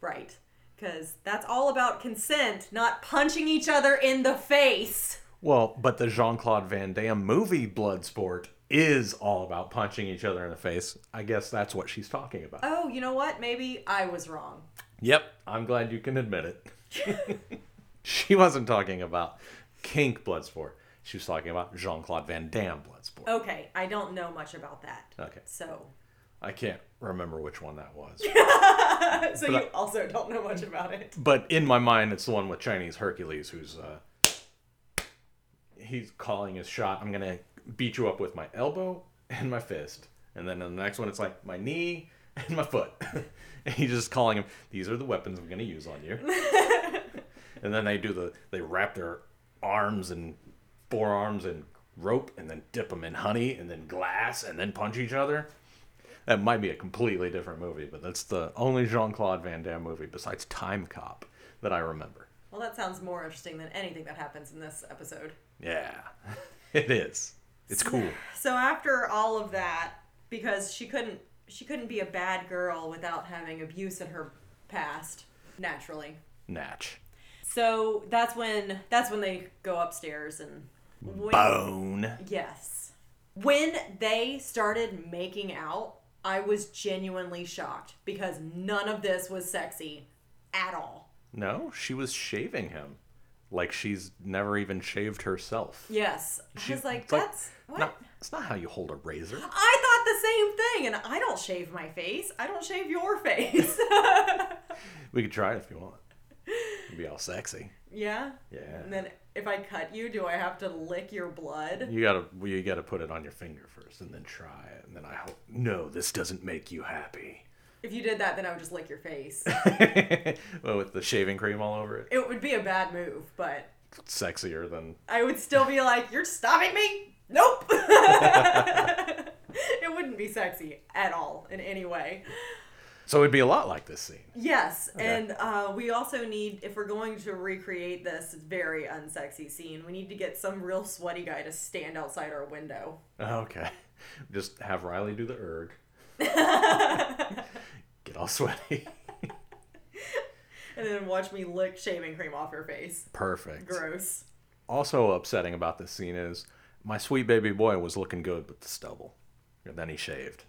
[SPEAKER 2] Right. Because that's all about consent, not punching each other in the face.
[SPEAKER 1] Well, but the Jean Claude Van Damme movie Bloodsport is all about punching each other in the face. I guess that's what she's talking about.
[SPEAKER 2] Oh, you know what? Maybe I was wrong.
[SPEAKER 1] Yep, I'm glad you can admit it. she wasn't talking about kink Bloodsport. She was talking about Jean Claude Van Damme Bloodsport.
[SPEAKER 2] Okay, I don't know much about that.
[SPEAKER 1] Okay,
[SPEAKER 2] So,
[SPEAKER 1] I can't remember which one that was.
[SPEAKER 2] so you also don't know much about it.
[SPEAKER 1] but in my mind, it's the one with Chinese Hercules, who's uh, he's calling his shot. I'm gonna beat you up with my elbow and my fist, and then in the next one, it's like my knee and my foot. and he's just calling him. These are the weapons I'm gonna use on you. and then they do the they wrap their arms and forearms in rope, and then dip them in honey, and then glass, and then punch each other. That might be a completely different movie, but that's the only Jean Claude Van Damme movie besides Time Cop that I remember.
[SPEAKER 2] Well, that sounds more interesting than anything that happens in this episode.
[SPEAKER 1] Yeah, it is. It's cool.
[SPEAKER 2] So after all of that, because she couldn't she couldn't be a bad girl without having abuse in her past, naturally.
[SPEAKER 1] Natch.
[SPEAKER 2] So that's when that's when they go upstairs and when-
[SPEAKER 1] Bone.
[SPEAKER 2] Yes. When they started making out, I was genuinely shocked because none of this was sexy at all.
[SPEAKER 1] No, she was shaving him. Like she's never even shaved herself.
[SPEAKER 2] Yes. I was
[SPEAKER 1] She's
[SPEAKER 2] like,
[SPEAKER 1] it's like,
[SPEAKER 2] that's what?
[SPEAKER 1] Not, it's not how you hold a razor.
[SPEAKER 2] I thought the same thing, and I don't shave my face. I don't shave your face.
[SPEAKER 1] We could try it if you want. It'd be all sexy.
[SPEAKER 2] yeah?
[SPEAKER 1] Yeah.
[SPEAKER 2] And then if I cut you, do I have to lick your blood?
[SPEAKER 1] You gotta you gotta put it on your finger first and then try it. And then I hope no, this doesn't make you happy.
[SPEAKER 2] If you did that, then I would just lick your face.
[SPEAKER 1] well, with the shaving cream all over it.
[SPEAKER 2] it would be a bad move, but
[SPEAKER 1] sexier than
[SPEAKER 2] I would still be like, "You're stopping me? Nope." it wouldn't be sexy at all in any way.
[SPEAKER 1] so it'd be a lot like this scene
[SPEAKER 2] Yes, and uh, we also need, if we're going to recreate this very unsexy scene, we need to get some real sweaty guy to stand outside our window.
[SPEAKER 1] okay just have riley do the erg get all sweaty
[SPEAKER 2] And then watch me lick shaving cream off your face.
[SPEAKER 1] perfect
[SPEAKER 2] Gross.
[SPEAKER 1] also upsetting about this scene is my sweet baby boy was looking good with the stubble and then he shaved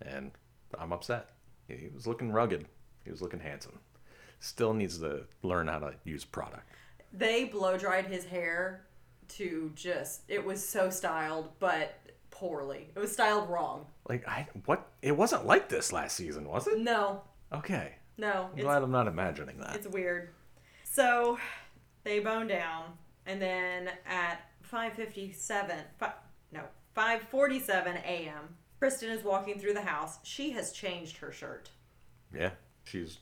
[SPEAKER 1] and i'm upset he was looking rugged he was looking handsome still needs to learn how to use product
[SPEAKER 2] They blow dried his hair to just, it was so styled, but poorly. It was styled wrong.
[SPEAKER 1] like i what it wasn't like this last season was it
[SPEAKER 2] No,
[SPEAKER 1] okay
[SPEAKER 2] no.
[SPEAKER 1] i'm
[SPEAKER 2] It's
[SPEAKER 1] glad i'm not imagining that
[SPEAKER 2] It's weird. So they bone down, and then at 5:57, fi- no, 5:47 a.m., Kristen is walking through the house. She has changed her shirt.
[SPEAKER 1] yeah she's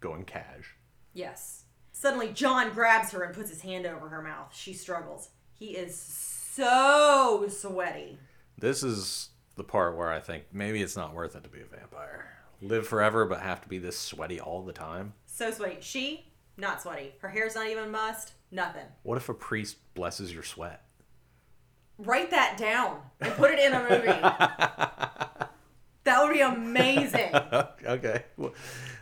[SPEAKER 1] going cash
[SPEAKER 2] Yes. Suddenly, John grabs her and puts his hand over her mouth. She struggles. He is so sweaty.
[SPEAKER 1] This is the part where I think maybe it's not worth it to be a vampire. Live forever, but have to be this sweaty all the time.
[SPEAKER 2] So sweaty. She, not sweaty. Her hair's not even mussed. Nothing.
[SPEAKER 1] What if a priest blesses your sweat?
[SPEAKER 2] Write that down and put it in a movie. that would be amazing.
[SPEAKER 1] Oh, okay.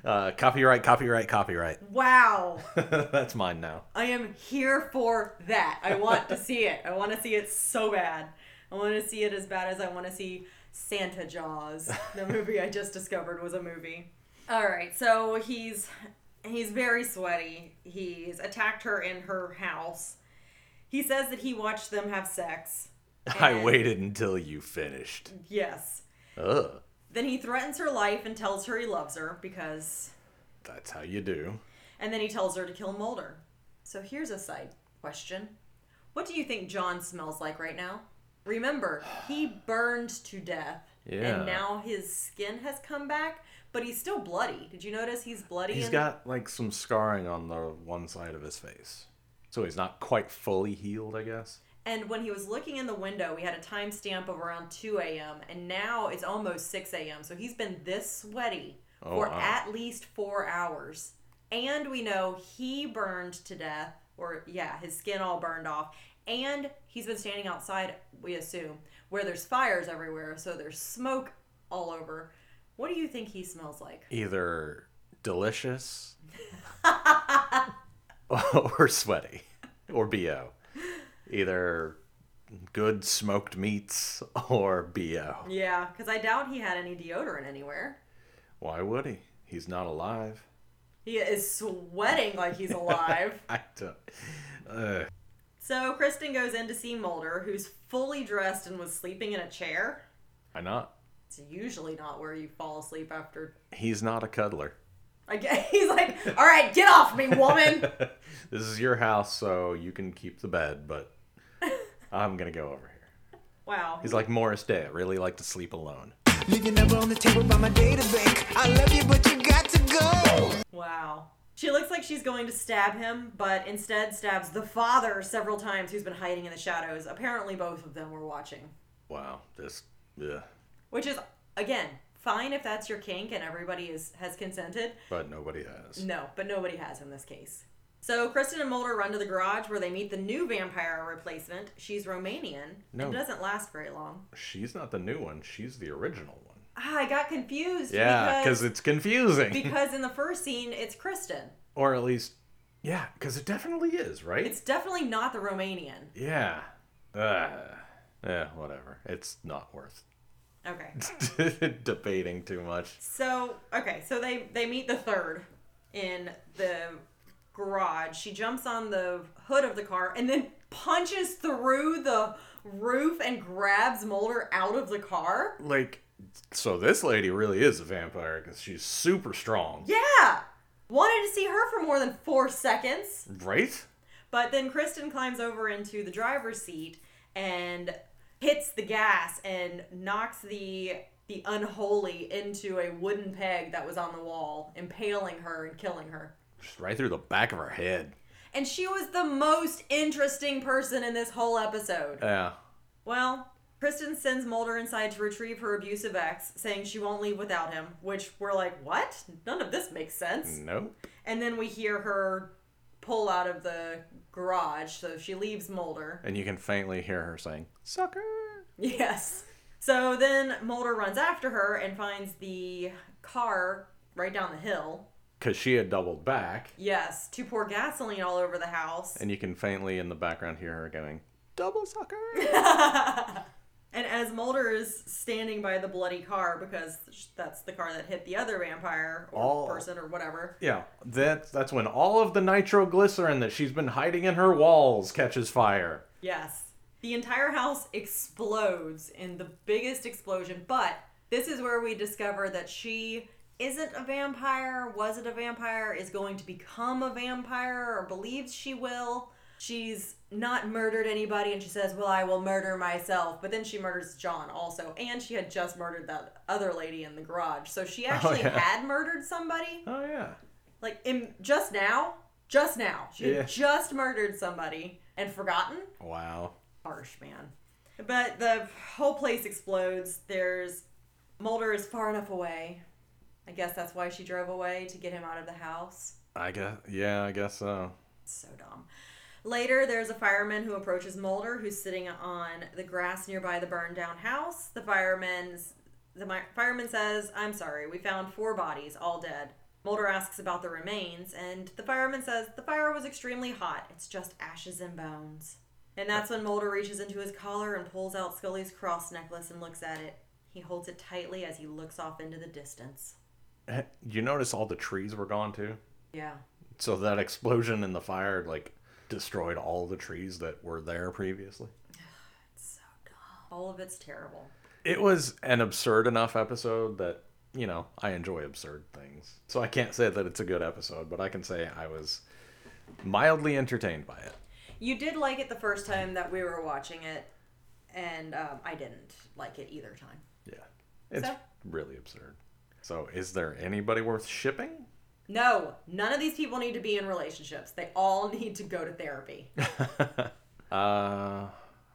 [SPEAKER 1] Uh, copyright, copyright, copyright.
[SPEAKER 2] Wow.
[SPEAKER 1] That's mine now.
[SPEAKER 2] I am here for that. I want to see it. I want to see it so bad. I want to see it as bad as I want to see Santa Jaws. The movie I just discovered was a movie. All right, so he's he's very sweaty. He's attacked her in her house. He says that he watched them have sex.
[SPEAKER 1] I
[SPEAKER 2] And-
[SPEAKER 1] waited until you finished.
[SPEAKER 2] Yes.
[SPEAKER 1] Ugh.
[SPEAKER 2] Then he threatens her life and tells her he loves her because
[SPEAKER 1] That's how you do.
[SPEAKER 2] and then he tells her to kill Mulder. So here's a side question. What do you think John smells like right now? Remember, he burned to death
[SPEAKER 1] Yeah.
[SPEAKER 2] and now his skin has come back, but he's still bloody. Did you notice he's bloody?
[SPEAKER 1] He's
[SPEAKER 2] and-
[SPEAKER 1] got like some scarring on the one side of his face. So he's not quite fully healed, I guess.
[SPEAKER 2] and when he was looking in the window, we had a timestamp of around 2 a.m. and now it's almost 6 a.m. So he's been this sweaty
[SPEAKER 1] Oh,
[SPEAKER 2] for
[SPEAKER 1] wow.
[SPEAKER 2] at least 4 hours. And we know he burned to death or yeah, his skin all burned off and he's been standing outside, we assume, where there's fires everywhere, so there's smoke all over. What do you think he smells like?
[SPEAKER 1] Either delicious or sweaty or BO. Either good smoked meats or BO.
[SPEAKER 2] Yeah, cuz I doubt he had any deodorant anywhere.
[SPEAKER 1] Why would he? He's not alive.
[SPEAKER 2] He is sweating like he's alive.
[SPEAKER 1] I don't. Ugh.
[SPEAKER 2] So Kristen goes in to see Mulder, who's fully dressed and was sleeping in a chair.
[SPEAKER 1] Why not?
[SPEAKER 2] It's usually not where you fall asleep after.
[SPEAKER 1] He's not a cuddler.
[SPEAKER 2] I guess he's like, "All right, get off me, woman."
[SPEAKER 1] This is your house, so you can keep the bed, but I'm gonna go over here.
[SPEAKER 2] Wow.
[SPEAKER 1] He's like Morris Day. I really like to sleep alone.
[SPEAKER 3] Leaving number on the table by my database. I love you, but you got to go.
[SPEAKER 2] Wow. She looks like she's going to stab him, but instead stabs the father several times, who's been hiding in the shadows. Apparently, both of them were watching,
[SPEAKER 1] Wow, this. Ugh.
[SPEAKER 2] which is again fine if that's your kink and everybody is has consented.
[SPEAKER 1] But nobody has.
[SPEAKER 2] No, but nobody has in this case. So Kristen and Mulder run to the garage where they meet the new vampire replacement. She's Romanian
[SPEAKER 1] No.
[SPEAKER 2] and doesn't last very long.
[SPEAKER 1] She's not the new one. She's the original one.
[SPEAKER 2] Ah, I got confused.
[SPEAKER 1] Yeah, because
[SPEAKER 2] because
[SPEAKER 1] it's confusing.
[SPEAKER 2] because in the first scene it's Kristen.
[SPEAKER 1] or at least, yeah, because it definitely is, right?
[SPEAKER 2] It's definitely not the Romanian.
[SPEAKER 1] Yeah. Ugh. Yeah, whatever. It's not worth
[SPEAKER 2] Okay.
[SPEAKER 1] debating too much.
[SPEAKER 2] So okay, so they they meet the third in the garage. She jumps on the hood of the car and then punches through the roof and grabs Mulder out of the car.
[SPEAKER 1] Like, so this lady really is a vampire because she's super strong,
[SPEAKER 2] Yeah. Wanted to see her for more than four seconds.
[SPEAKER 1] right?
[SPEAKER 2] But then Kristen climbs over into the driver's seat and hits the gas and knocks the the unholy into a wooden peg that was on the wall, impaling her and killing her.
[SPEAKER 1] Just right through the back of her head.
[SPEAKER 2] And she was the most interesting person in this whole episode.
[SPEAKER 1] Yeah.
[SPEAKER 2] Well, Kristen sends Mulder inside to retrieve her abusive ex, saying she won't leave without him, which we're like, what? None of this makes sense.
[SPEAKER 1] Nope.
[SPEAKER 2] And then we hear her pull out of the garage, so she leaves Mulder.
[SPEAKER 1] And you can faintly hear her saying, sucker.
[SPEAKER 2] Yes. So then Mulder runs after her and finds the car right down the hill.
[SPEAKER 1] Because she had doubled back.
[SPEAKER 2] Yes, to pour gasoline all over the house.
[SPEAKER 1] And you can faintly in the background hear her going, double sucker.
[SPEAKER 2] And as Mulder is standing by the bloody car because that's the car that hit the other vampire or
[SPEAKER 1] Oh.
[SPEAKER 2] person or whatever,
[SPEAKER 1] yeah. That's, that's when all of the nitroglycerin that she's been hiding in her walls catches fire.
[SPEAKER 2] Yes. The entire house explodes in the biggest explosion, but this is where we discover that she isn't a vampire, wasn't a vampire, is going to become a vampire, or believes she will. She's not murdered anybody, and she says, Well, I will murder myself. But then she murders John also, and she had just murdered that other lady in the garage. So she actually
[SPEAKER 1] Oh, yeah.
[SPEAKER 2] had murdered somebody,
[SPEAKER 1] Oh, yeah.
[SPEAKER 2] like, in, just now. Just now. She had
[SPEAKER 1] Yeah.
[SPEAKER 2] just murdered somebody and forgotten.
[SPEAKER 1] Wow.
[SPEAKER 2] Harsh, man. But the whole place explodes. There's. Mulder is far enough away. I guess that's why she drove away to get him out of the house.
[SPEAKER 1] I guess. Yeah, I guess so.
[SPEAKER 2] So dumb. Later, there's a fireman who approaches Mulder, who's sitting on the grass nearby the burned down house. The fireman's the mi- fireman says, "I'm sorry, we found four bodies, all dead." Mulder asks about the remains, and the fireman says, "The fire was extremely hot. It's just ashes and bones." And that's when Mulder reaches into his collar and pulls out Scully's cross necklace and looks at it. He holds it tightly as he looks off into the distance.
[SPEAKER 1] Eh, You notice all the trees were gone too.
[SPEAKER 2] Yeah.
[SPEAKER 1] So that explosion and the fire like destroyed all the trees that were there previously.
[SPEAKER 2] All of it's terrible.
[SPEAKER 1] It was an absurd enough episode that, you know, I enjoy absurd things. So I can't say that it's a good episode, but I can say I was mildly entertained by it.
[SPEAKER 2] You did like it the first time that we were watching it, and um, I didn't like it either time.
[SPEAKER 1] Yeah. It's
[SPEAKER 2] So?
[SPEAKER 1] really absurd. So is there anybody worth shipping?
[SPEAKER 2] No, none of these people need to be in relationships. They all need to go to therapy.
[SPEAKER 1] Uh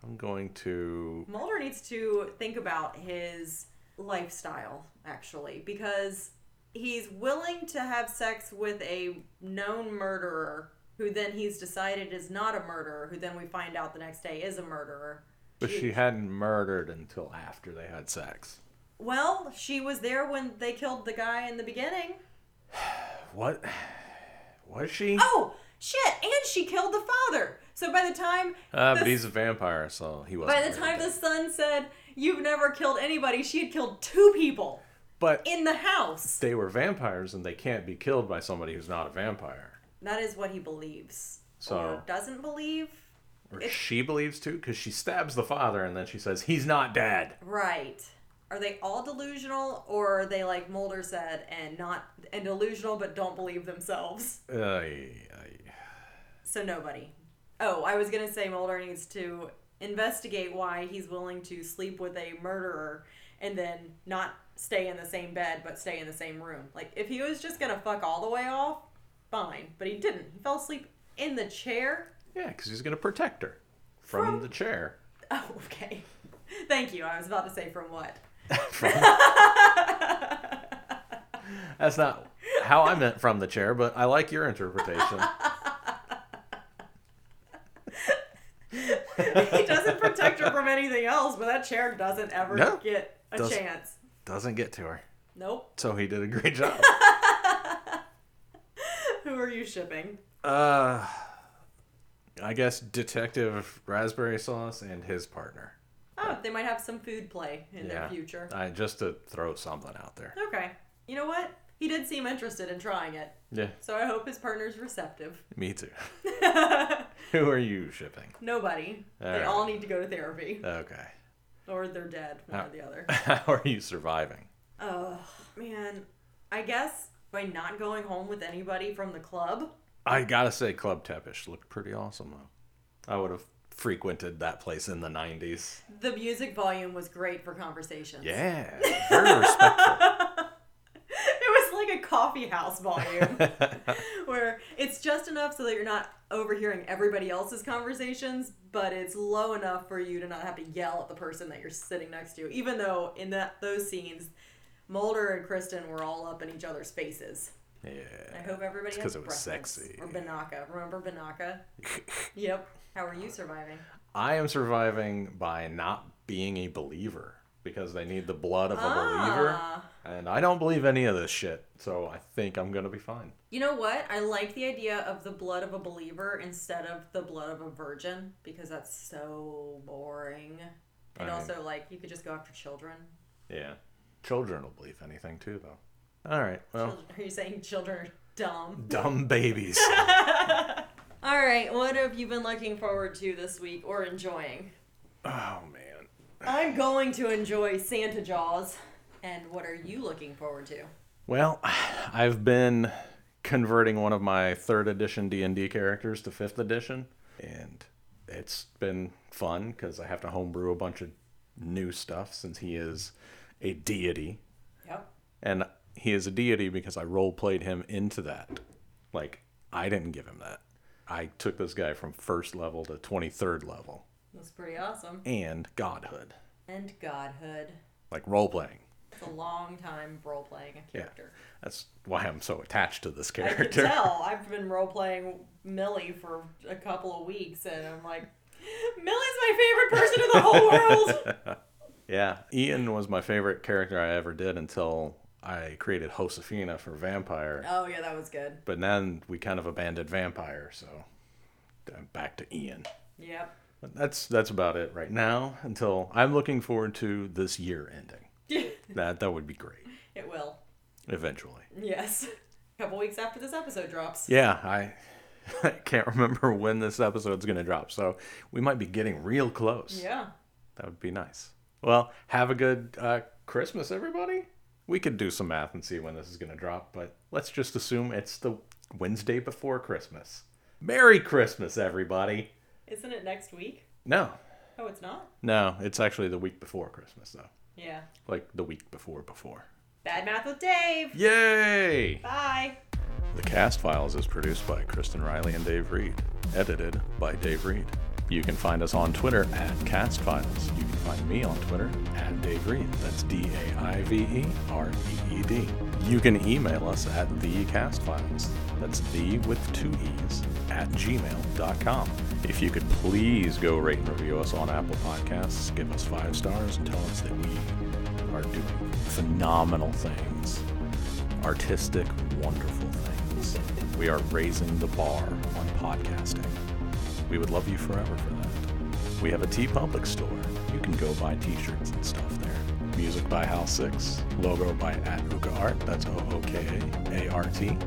[SPEAKER 1] I'm going to
[SPEAKER 2] Mulder needs to think about his lifestyle, actually, because he's willing to have sex with a known murderer who then he's decided is not a murderer, who then we find out the next day is a murderer.
[SPEAKER 1] But she hadn't murdered until after they had sex.
[SPEAKER 2] Well, she was there when they killed the guy in the beginning.
[SPEAKER 1] What was she?
[SPEAKER 2] Oh shit! And she killed the father. So by the time
[SPEAKER 1] Uh,
[SPEAKER 2] the,
[SPEAKER 1] but he's a vampire, so he wasn't.
[SPEAKER 2] by the
[SPEAKER 1] really
[SPEAKER 2] time
[SPEAKER 1] dead.
[SPEAKER 2] the son said, "You've never killed anybody," she had killed two people
[SPEAKER 1] but
[SPEAKER 2] in the house.
[SPEAKER 1] they were vampires, and they can't be killed by somebody who's not a vampire.
[SPEAKER 2] That is what he believes
[SPEAKER 1] So-
[SPEAKER 2] or doesn't believe.
[SPEAKER 1] Or she believes too, because she stabs the father, and then she says he's not dead.
[SPEAKER 2] Right? Are they all delusional, or are they like Mulder said, and not and delusional but don't believe themselves?
[SPEAKER 1] Ay, ay.
[SPEAKER 2] So nobody. Oh, I was gonna say Mulder needs to investigate why he's willing to sleep with a murderer and then not stay in the same bed but stay in the same room. Like if he was just gonna fuck all the way off, fine. But he didn't. He fell asleep in the chair.
[SPEAKER 1] Yeah, because he's gonna protect her from,
[SPEAKER 2] From-
[SPEAKER 1] the chair.
[SPEAKER 2] Oh, okay. Thank you. I was about to say from what?
[SPEAKER 1] From... That's not how I meant from the chair, but I like your interpretation.
[SPEAKER 2] he doesn't protect her from anything else, but that chair doesn't ever
[SPEAKER 1] No.
[SPEAKER 2] get a
[SPEAKER 1] Doesn't.
[SPEAKER 2] chance.
[SPEAKER 1] Doesn't get to her,
[SPEAKER 2] Nope.
[SPEAKER 1] so he did a great job.
[SPEAKER 2] Who are you shipping?
[SPEAKER 1] Uh, I guess Detective Raspberry Sauce and his partner.
[SPEAKER 2] Oh, they might have some food play in the future.
[SPEAKER 1] I, just to throw something out there.
[SPEAKER 2] Okay. You know what? He did seem interested in trying it,
[SPEAKER 1] Yeah,
[SPEAKER 2] so I hope his partner's receptive.
[SPEAKER 1] me too. Who are you shipping?
[SPEAKER 2] Nobody. They
[SPEAKER 1] Alright.
[SPEAKER 2] all need to go to therapy,
[SPEAKER 1] Okay.
[SPEAKER 2] or they're dead, one
[SPEAKER 1] Oh.
[SPEAKER 2] or the other.
[SPEAKER 1] How are you surviving?
[SPEAKER 2] Oh, man. I guess by not going home with anybody from the club.
[SPEAKER 1] I gotta say, Club Tepish looked pretty awesome though. I would have frequented that place in the '90s.
[SPEAKER 2] The music volume was great for conversations.
[SPEAKER 1] Yeah, very respectful.
[SPEAKER 2] It was like a coffee house volume where it's just enough so that you're not overhearing everybody else's conversations, but it's low enough for you to not have to yell at the person that you're sitting next to, even though in that those scenes Mulder and Kristen were all up in each other's faces. I
[SPEAKER 1] Yeah.
[SPEAKER 2] hope everybody has
[SPEAKER 1] 'cause it was
[SPEAKER 2] breakfast.
[SPEAKER 1] sexy.
[SPEAKER 2] Or Banaka. Remember Banaka? yep. How are you surviving?
[SPEAKER 1] I am surviving by not being a believer because they need the blood of a believer,
[SPEAKER 2] Ah.
[SPEAKER 1] and I don't believe any of this shit. So I think I'm gonna be fine.
[SPEAKER 2] You know what? I like the idea of the blood of a believer instead of the blood of a virgin because that's so boring. And
[SPEAKER 1] I mean-
[SPEAKER 2] also, like, you could just go after children.
[SPEAKER 1] Yeah. Children will believe anything too, though. All right. Well,
[SPEAKER 2] Children- Are you saying children are dumb?
[SPEAKER 1] dumb babies.
[SPEAKER 2] All right, what have you been looking forward to this week or enjoying?
[SPEAKER 1] oh man.
[SPEAKER 2] I'm going to enjoy Santa Jaws. And what are you looking forward to?
[SPEAKER 1] Well, I've been converting one of my third edition D and D characters to fifth edition, and it's been fun because I have to homebrew a bunch of new stuff since he is a deity,
[SPEAKER 2] Yep.
[SPEAKER 1] and he is a deity because I role played him into that. Like I didn't give him that. I took this guy from first level to 23rd level
[SPEAKER 2] That's pretty awesome.
[SPEAKER 1] and godhood,
[SPEAKER 2] And godhood.
[SPEAKER 1] like role playing.
[SPEAKER 2] It's a long time role playing a
[SPEAKER 1] Yeah.
[SPEAKER 2] character.
[SPEAKER 1] That's why I'm so attached to this
[SPEAKER 2] I can
[SPEAKER 1] character.
[SPEAKER 2] tell. I've been role playing Millie for a couple of weeks, and I'm like, Millie's my favorite person in the whole world.
[SPEAKER 1] Yeah, Ian was my favorite character I ever did until I created Josefina for Vampire.
[SPEAKER 2] oh yeah, that was good.
[SPEAKER 1] But then we kind of abandoned Vampire, so I'm back to Ian.
[SPEAKER 2] Yep.
[SPEAKER 1] But that's that's about it right now. Until I'm looking forward to this year ending.
[SPEAKER 2] it
[SPEAKER 1] That that would be great
[SPEAKER 2] will.
[SPEAKER 1] eventually.
[SPEAKER 2] Yes. A couple weeks after this episode drops.
[SPEAKER 1] Yeah, I I can't remember when this episode's gonna drop, so we might be getting real close.
[SPEAKER 2] Yeah.
[SPEAKER 1] That would be nice. Well, have a good uh, Christmas, everybody. We could do some math and see when this is going to drop, but let's just assume it's the Wednesday before Christmas. Merry Christmas, everybody.
[SPEAKER 2] Isn't it next week?
[SPEAKER 1] No,
[SPEAKER 2] Oh, it's not?
[SPEAKER 1] no, it's actually the week before Christmas, though.
[SPEAKER 2] Yeah.
[SPEAKER 1] Like the week before before.
[SPEAKER 2] Bad Math with Dave.
[SPEAKER 1] Yay!
[SPEAKER 2] Bye.
[SPEAKER 1] The Cast Files is produced by Kristen Riley and Dave Reed, edited by Dave Reed. You can find us on Twitter at Cast Files. You can find me on Twitter at Dave Reed. That's D A I V E R E E D. You can email us at thecastfiles. That's the with two e's at gmail.com. If you could please go rate and review us on Apple Podcasts, give us five stars, and tell us that we are doing phenomenal things artistic, wonderful things. We are raising the bar on podcasting. We would love you forever for that. We have a T Public store. You can go buy t shirts and stuff there. Music by Hal Six, logo by at Uka Art, that's O O K A A R T.